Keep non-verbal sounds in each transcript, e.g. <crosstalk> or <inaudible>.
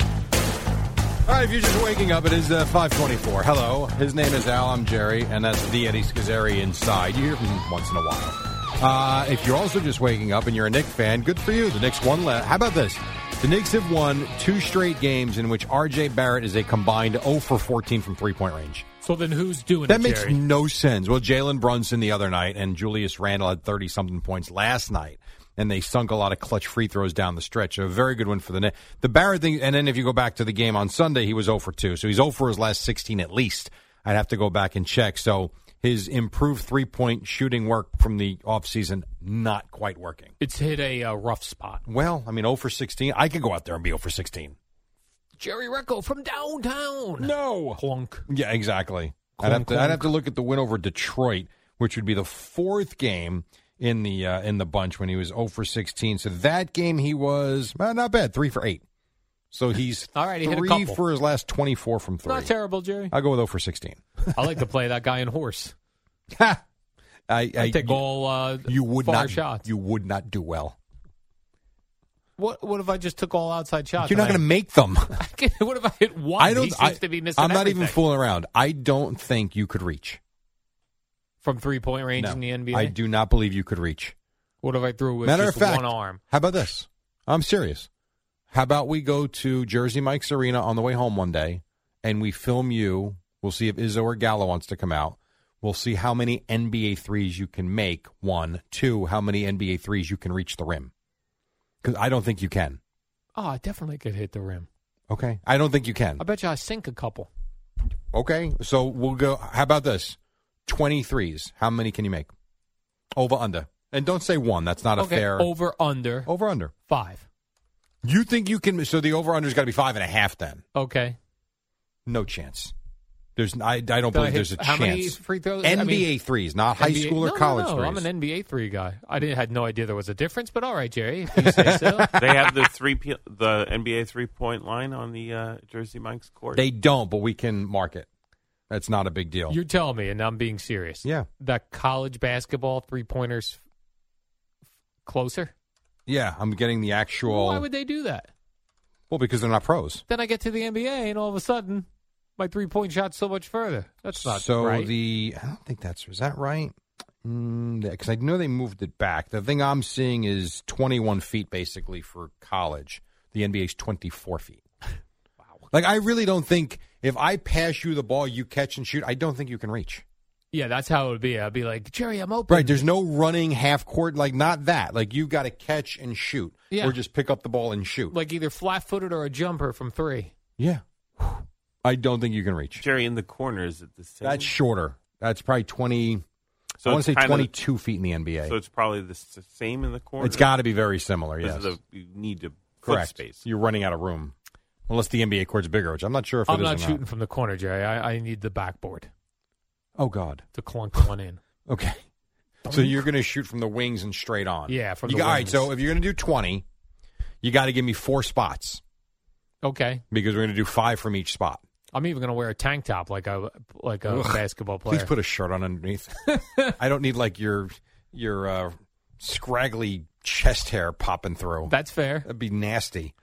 All right, if you're just waking up, it is uh, 524. Hello, his name is Al, I'm Jerry, and that's the Eddie Schizzeri inside. You hear from him once in a while. Uh, if you're also just waking up and you're a Knicks fan, good for you. The Knicks won. La- How about this? The Knicks have won two straight games in which R.J. Barrett is a combined 0 for 14 from three-point range. So then who's doing That it, makes Jerry? no sense. Well, Jalen Brunson the other night and Julius Randle had 30 something points last night, and they sunk a lot of clutch free throws down the stretch. A very good one for the Knicks. The Barrett thing, and then if you go back to the game on Sunday, he was 0 for 2. So he's 0 for his last 16 at least. I'd have to go back and check. So his improved three point shooting work from the offseason not quite working. It's hit a uh, rough spot. Well, I mean, 0 for 16. I could go out there and be 0 for 16. Jerry Recco from downtown. No. Clunk. Yeah, exactly. I'd Clunk, have, to, I'd clunk. have to look at the win over Detroit, which would be the fourth game in the uh, in the bunch when he was 0 for 16. So that game he was well, not bad, three for eight. <laughs> So he's All right, he hit a three couple. for his last 24 from three. Not <laughs> terrible, Jerry. I'll go with 0 for 16. I like to play that guy in horse. I, I, I take all uh, you would far not shots. you would not do well. what what if I just took all outside shots? You're not going to and make them. <laughs> I- what if I hit <laughs> one? I don't. He seems I, to be missing. I'm not even everything. fooling around. I don't think you could reach. from three point range in the NBA. I do not believe you could reach. What if I threw with Matter of just fact, one arm? How about this? I'm serious. How about we go to Jersey Mike's Arena on the way home one day, and we film you. We'll see if Izzo or Gallo wants to come out. We'll see how many NBA threes you can make. One, two. How many NBA threes you can reach the rim? Because I don't think you can. Oh, I definitely could hit the rim. Okay, I don't think you can. I bet you I sink a couple. Okay, so we'll go. How about this? Twenty threes. How many can you make? Over under, and don't say one. That's not a okay, fair Oh. over under over under. five. You think you can? So the over under's got to be five and a half. Then Okay. no chance. There's I, I don't Did I believe there's hit- a how chance. many free throws? I NBA mean- threes, not high NBA school or no, no, college no, threes. I'm an NBA three guy. I didn't had no idea there was a difference, but all right, Jerry, if you say <laughs> so. they have the three pe- the NBA three point line on the uh, Jersey Mike's court. they don't, but we can mark it. That's not a big deal. You're telling me, and I'm being serious. yeah, That college basketball three pointers closer. yeah. I'm getting the actual. Why would they do that? well, because they're not pros. Then I get to the NBA, and all of a sudden, my three point shot's so much further. That's not so right. the I don't think that's is that right? Because I know they moved it back. The thing I'm seeing is 21 feet basically for college. The NBA's 24 <laughs> feet. wow. Like I really don't think if I pass you the ball, you catch and shoot. I don't think you can reach. yeah, that's how it would be. I'd be like, Jerry, I'm open. Right. There's no running half court. Like not that. Like you got to catch and shoot, Yeah. or just pick up the ball and shoot. Like either flat footed or a jumper from three. yeah. <sighs> I don't think you can reach. Jerry in the corners at the same. That's shorter. That's probably 20. so I want it's to say kinda- 22 feet in the NBA. So it's probably the s- same in the corner. It's got to be very similar. Because Yes, of the, you need to correct. foot space. You're running out of room, unless the NBA court's bigger, which I'm not sure if I'm it is not or shooting from the corner, Jerry. I, I need the backboard Oh God. to clunk one in. Okay. So you're going to shoot from the wings and straight on. Yeah, from you the got- wings. All right. So if you're going to do 20, you got to give me four spots Okay. because we're going to do five from each spot. I'm even going to wear a tank top like a like a Ugh. basketball player. Please put a shirt on <laughs> underneath. I don't need like your your uh, scraggly chest hair popping through. That's fair. That'd be nasty.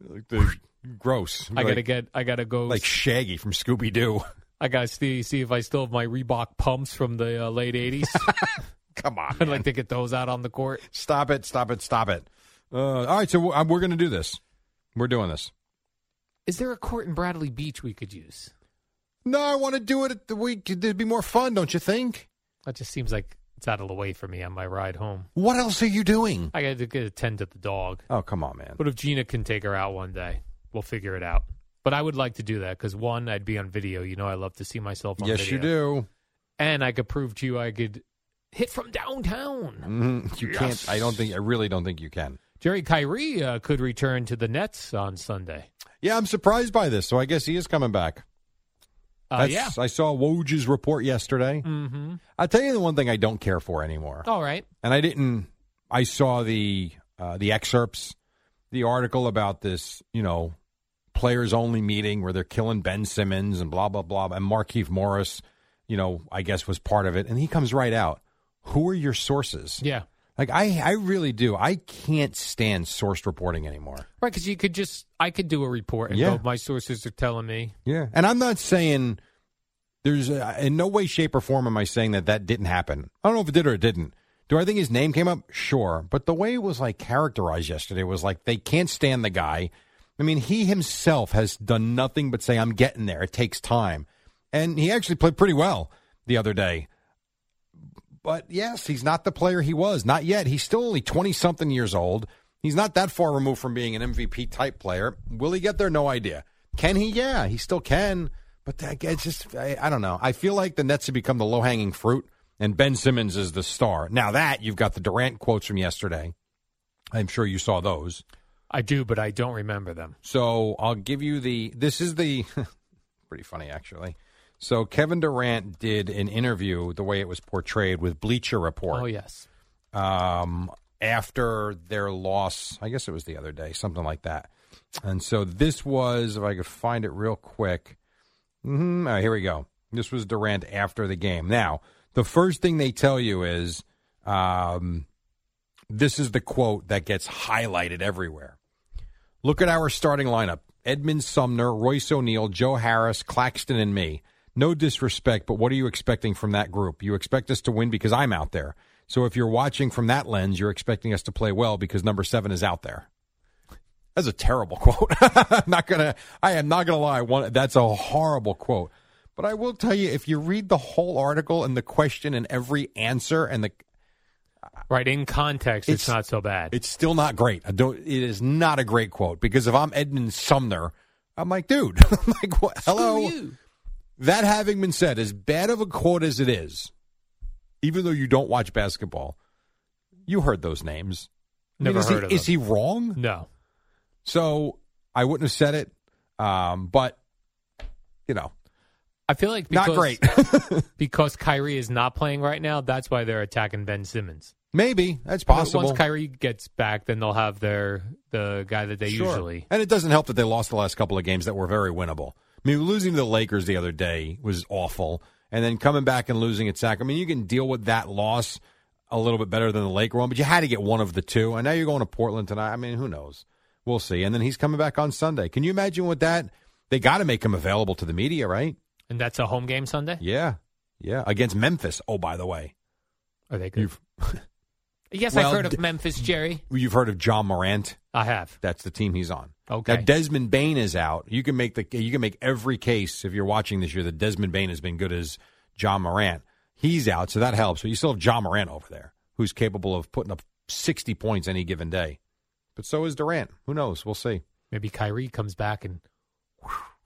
Like the- gross. I gotta Like- get. I gotta go. like Shaggy from Scooby Doo. I gotta see see if I still have my Reebok pumps from the <laughs> uh, late '80s. <laughs> Come on. I'd <laughs> like to get those out on the court. Stop it! Stop it! Stop it! Uh, all right, so we're, um, we're going to do this. We're doing this. Is there a court in Bradley Beach we could use? No, I want to do it at the week. It'd be more fun, don't you think? That just seems like It's out of the way for me on my ride home. What else are you doing? I got to get attend to the dog. Oh, come on, man. But if Gina can take her out one day, we'll figure it out. But I would like to do that because one, I'd be on video. You know, I love to see myself on Yes, video. you do. And I could prove to you I could hit from downtown. Mhm. You can't. I don't think. I really don't think you can. Jerry Kyrie uh, could return to the Nets on Sunday. Yeah, I'm surprised by this. So I guess he is coming back. Uh, That's- yeah. I saw Woj's report yesterday. Mm-hmm. I'll tell you the one thing I don't care for anymore. All right. and I didn't. I saw the uh, the excerpts, the article about this, you know, players only meeting where they're killing Ben Simmons and blah blah blah, and Markeith Morris, you know, I guess was part of it, and he comes right out. Who are your sources? Yeah. Like I, I really do. I can't stand sourced reporting anymore. Right, because you could just I could do a report and Yeah. go. My sources are telling me. Yeah, and I'm not saying there's uh in no way, shape, or form am I saying that that didn't happen. I don't know if it did or it didn't. Do I think his name came up? Sure, but the way it was like characterized yesterday was like they can't stand the guy. I mean, he himself has done nothing but say, "I'm getting there. It takes time," and he actually played pretty well the other day. But yes, he's not the player he was. Not yet. He's still only 20 something years old. He's not that far removed from being an MVP type player. Will he get there? No idea. Can he? Yeah, he still can. But that, it's just, I, I don't know. I feel like the Nets have become the low hanging fruit, and Ben Simmons is the star. Now, that, you've got the Durant quotes from yesterday. I'm sure you saw those. I do, but I don't remember them. So I'll give you the. This is the. <laughs> pretty funny, actually. So Kevin Durant did an interview the way it was portrayed with Bleacher Report Oh yes, um, after their loss. I guess it was the other day, something like that. And so this was, if I could find it real quick. Mhm, all right, here we go. This was Durant after the game. Now, the first thing they tell you is um, this is the quote that gets highlighted everywhere. Look at our starting lineup Edmund Sumner, Royce O'Neal, Joe Harris, Claxton, and me. No disrespect, but what are you expecting from that group? You expect us to win because I'm out there. So if you're watching from that lens, you're expecting us to play well because number seven is out there. That's a terrible <laughs> quote. I'm not gonna. I am not gonna lie. One, that's a horrible quote. But I will tell you, if you read the whole article and the question and every answer and the right. In context, it's, It's- not so bad. it's still not great. I don't. It is not a great quote because if I'm Edmund Sumner, I'm like, dude, <laughs> I'm like, what? hello. That having been said, as bad of a quote as it is, even though you don't watch basketball, you heard those names. I mean, Never is heard he, of Is he wrong? no. So I wouldn't have said it, um, but you know, I feel like because, not great. <laughs> because Kyrie is not playing right now. That's why they're attacking Ben Simmons. Maybe that's But possible. Once Kyrie gets back, then they'll have their the guy that they Sure. usually. And it doesn't help that they lost the last couple of games that were very winnable. I mean, losing to the Lakers the other day was awful, and then coming back and losing at Sac. I mean, you can deal with that loss a little bit better than the Laker one, but you had to get one of the two. And now you're going to Portland tonight. I mean, who knows? We'll see. And then he's coming back on Sunday. Can you imagine what that? They got to make him available to the media, right? And that's a home game Sunday. Yeah, yeah. Against Memphis. Oh, by the way, Are they good? Yes, Well, I've heard of d- Memphis, Jerry. you've heard of John Morant. I have. That's the team he's on. Okay. Now Desmond Bain is out. You can make the you can make every case if you're watching this year that Desmond Bain has been good as John Morant. He's out, so that helps. But you still have John Morant over there, who's capable of putting up sixty points any given day. But so is Durant. Who knows? We'll see. Maybe Kyrie comes back and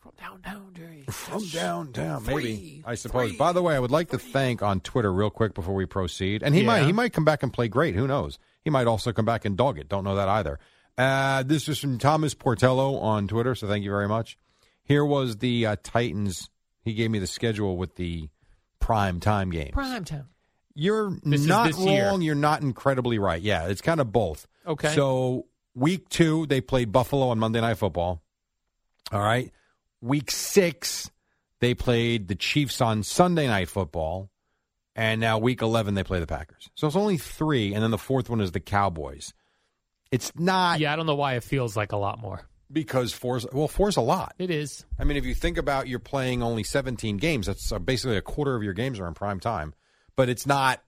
from downtown, Jerry. From downtown, maybe. I suppose. By the way, I would like to thank on Twitter real quick before we proceed. And he might Yeah. he might come back and play great. Who knows? He might also come back and dog it. Don't know that either. Uh, this is from Thomas Portello on Twitter. So thank you very much. Here was the uh, Titans. He gave me the schedule with the prime time games. Prime time. You're This is not this wrong. year. You're not incredibly right. Yeah, it's kind of both. Okay. So week two, they played Buffalo on Monday Night Football. All right. Week six, they played the Chiefs on Sunday Night Football. And now week 11, they play the Packers. So it's only three. And then the fourth one is the Cowboys. It's not yeah, I don't know why it feels like a lot more. because four's, well, four's a lot. It is. I mean, if you think about you're playing only 17 games, that's uh, basically a quarter of your games are in prime time, but it's not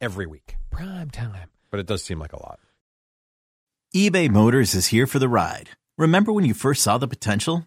every week. Prime time. But it does seem like a lot. eBay Motors is here for the ride. Remember when you first saw the potential?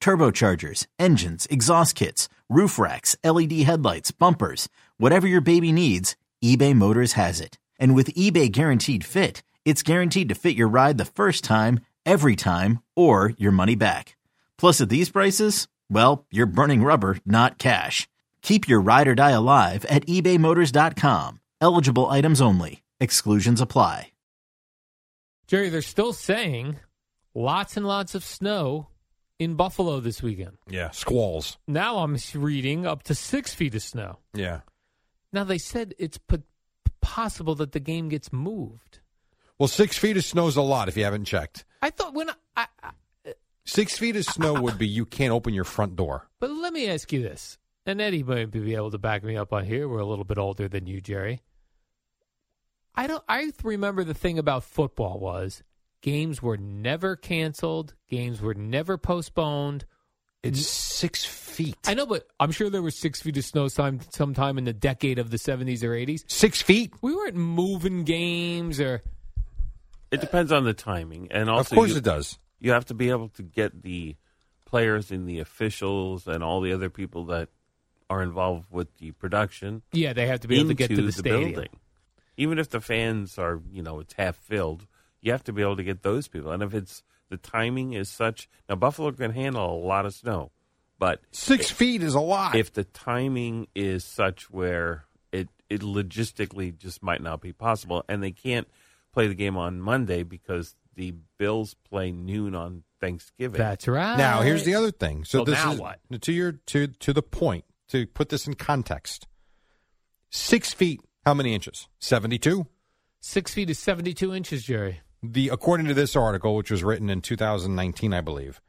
turbochargers, engines, exhaust kits, roof racks, LED headlights, bumpers, whatever your baby needs, eBay Motors has it. And with eBay Guaranteed Fit, it's guaranteed to fit your ride the first time, every time, or your money back. Plus, at these prices, well, you're burning rubber, not cash. Keep your ride or die alive at ebaymotors.com. Eligible items only. Exclusions apply. Jerry, they're still saying lots and lots of snow in Buffalo this weekend. Yeah, squalls. Now I'm reading up to six feet of snow. Yeah. Now they said it's po- possible that the game gets moved. Well, six feet of snow is a lot if you haven't checked. I thought when I, I, I Six feet of snow would be you can't open your front door. but let me ask you this, and Eddie might be able to back me up on here. We're a little bit older than you, Jerry. I don't. I remember the thing about football was games were never canceled, games were never postponed. It's six feet. Mm-hmm. I know, but I'm sure there was six feet of snow some, sometime in the decade of the 70s or 80s. Six feet? We weren't moving games or It depends on the timing, and also of course you, it does. you have to be able to get the players and the officials and all the other people that are involved with the production yeah, they have to be able to get to the, into stadium. building. Even if the fans are, you know, it's half filled, you have to be able to get those people. And if it's the timing is such, now Buffalo can handle a lot of snow, but Six feet is a lot. if the timing is such where it it logistically just might not be possible, and they can't play the game on Monday because the Bills play noon on Thanksgiving. That's right. Now, here's the other thing. So Well, this now is what? to your to to the point to put this in context. Six feet, how many inches? Seventy-two. six feet is 72 inches, Jerry. The according to this article, which was written in 2019, I believe,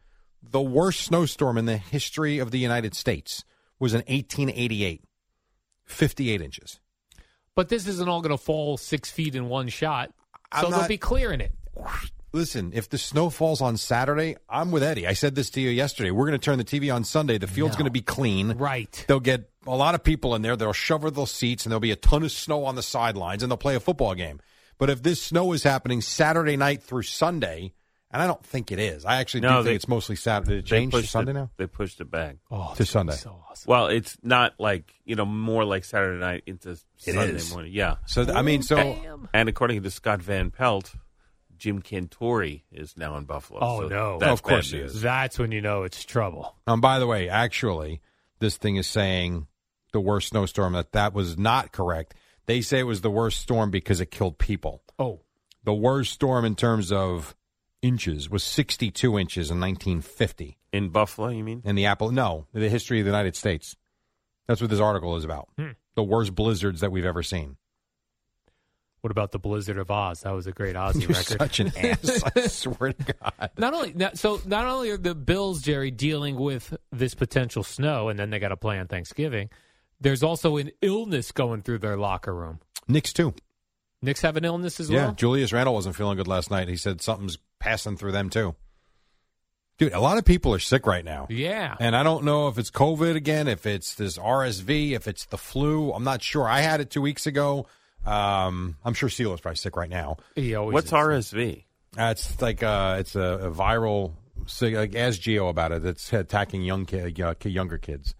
the worst snowstorm in the history of the United States was in 1888, 58 inches. But this isn't all going to fall six feet in one shot, I'm so they'll not- be clearing it. Listen, if the snow falls on Saturday, I'm with Eddie. I said this to you yesterday. We're going to turn the TV on Sunday. The field's No. going to be clean. Right. They'll get a lot of people in there. They'll shovel the seats, and there'll be a ton of snow on the sidelines, and they'll play a football game. But if this snow is happening Saturday night through Sunday, and I don't think it is, I actually do No, think they- it's mostly Saturday. Did it They change to pushed Sunday it, now? They pushed it back. Oh, To it's gonna Sunday. be So awesome. Well, it's not like you know, more like Saturday night into Sunday is. morning. Yeah, So th- I mean, so Damn. and according to Scott Van Pelt, Jim Cantori is now in Buffalo. Oh, so no. that's Of course bad he news. is. That's when you know it's trouble. um, by the way, actually, this thing is saying the worst snowstorm. That that was not correct. They say it was the worst storm because it killed people. Oh, The worst storm in terms of inches was 62 inches in 1950. In Buffalo, you mean? in the Apple. No, the history of the United States. That's what this article is about. Hmm. The worst blizzards that we've ever seen. what about the Blizzard of Oz? That was a great <laughs> Ozzy You're record. such an ass. <laughs> I swear to God. Not only now, so not only are the Bills Jerry dealing with this potential snow, and then they got to play on Thanksgiving. There's also an illness going through their locker room. Knicks too. Knicks have an illness as yeah, well. Julius Randle wasn't feeling good last night. He said something's passing through them too. Dude, a lot of people are sick right now. Yeah, And I don't know if it's COVID again, if it's this RSV, if it's the flu. I'm not sure. I had it two weeks ago. Um, I'm sure Steelers probably sick right now. he always What's is. RSV? Uh, it's like uh, it's a, a viral. So, like, ask Geo about it. It's attacking young kid, uh, ki- younger kids,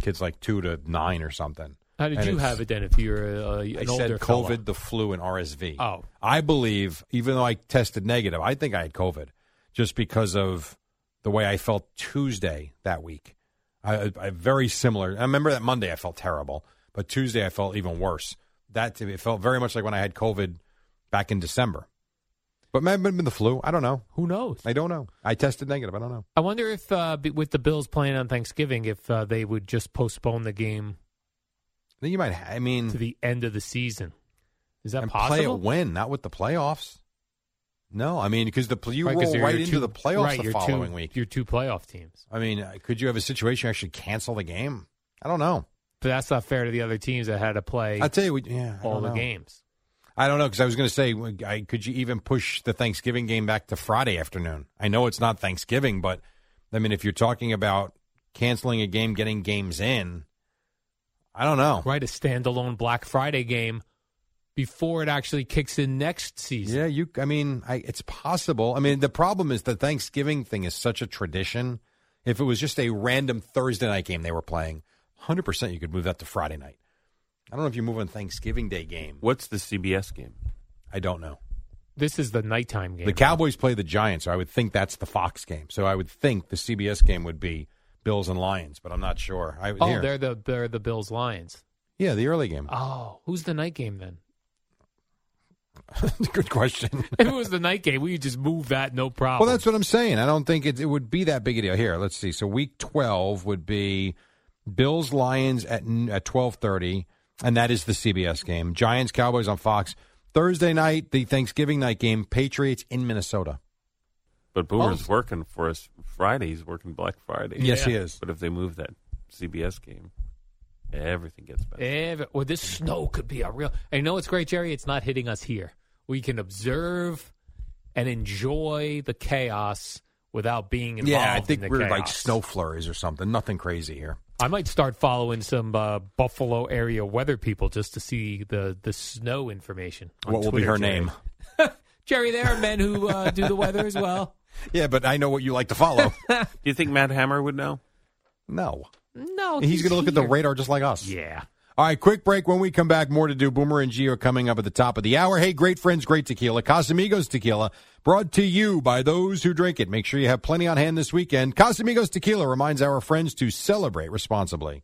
kids like two to nine or something. How did And you it's- have it then? If you're a, an I said older COVID, the flu, and RSV. Oh. I believe, even though I tested negative, I think I had COVID just because of the way I felt Tuesday that week. I, I very similar. I remember that Monday I felt terrible, but Tuesday I felt even worse. That to me, it felt very much like when I had COVID back in December. But maybe it been the flu. I don't know. who knows? I don't know. I tested negative. I don't know. I wonder if uh, b- with the Bills playing on Thanksgiving, if uh, they would just postpone the game I think you might. ha- I mean, to the end of the season. Is Hmm. that and play it possible? when, not with the playoffs. No, I mean because the pl- you Right, 'cause roll you're- right you're into two- the playoffs right, the you're two- following week. Your two playoff teams. I mean, uh, could you have a situation where you actually cancel the game? I don't know. but that's not fair to the other teams that had to play I tell you, what, yeah, I all don't the know. games. I don't know because I was going to say, w- I, could you even push the Thanksgiving game back to Friday afternoon? I know it's not Thanksgiving, but I mean, if you're talking about canceling a game, getting games in, I don't know. Right, a standalone Black Friday game before it actually kicks in next season. Yeah, you. I mean, I, it's possible. I mean, the problem is the Thanksgiving thing is such a tradition. If it was just a random Thursday night game they were playing, 100% you could move that to Friday night. I don't know if you move on Thanksgiving Day game. What's the CBS game? I don't know. This is the nighttime game. The Cowboys play the Giants, so I would think that's the Fox game. So I would think the CBS game would be Bills and Lions, but I'm not sure. I, oh, here. Hmm. they're the they're the Bills Lions. yeah, the early game. Oh, who's the night game then? <laughs> <laughs> Good question. if it was the night game, we could just move that, no problem. Well, that's what I'm saying. I don't think it, it would be that big a deal. Here, let's see. So week 12 would be Bills Lions at n- at 12:30, and that is the CBS game. Giants Cowboys on Fox Thursday night. The Thanksgiving night game. Patriots in Minnesota. But Boomer's Oh. working for us Friday. He's working Black Friday. Yes, he is. But if they move that CBS game, everything gets better. Eh. Ev- well, this snow could be a real. I know it's great, Jerry. It's not hitting us here. We can observe and enjoy the chaos without being involved. Yeah, I in think the we're like chaos. snow flurries or something. Nothing crazy here. I might start following some uh, Buffalo area weather people just to see the the snow information. on what will be Twitter, her Jerry. name? Jerry, there are men who uh, do the weather as well. <laughs> Yeah, but I know what you like to follow. Do you think Matt Hammer would know? no, No, he's going to look at the here. radar just like us. Yeah. All right, quick break. When we come back, more to do. Boomer and Geo coming up at the top of the hour. Hey, great friends, great tequila. Casamigos tequila brought to you by those who drink it. Make sure you have plenty on hand this weekend. Casamigos tequila reminds our friends to celebrate responsibly.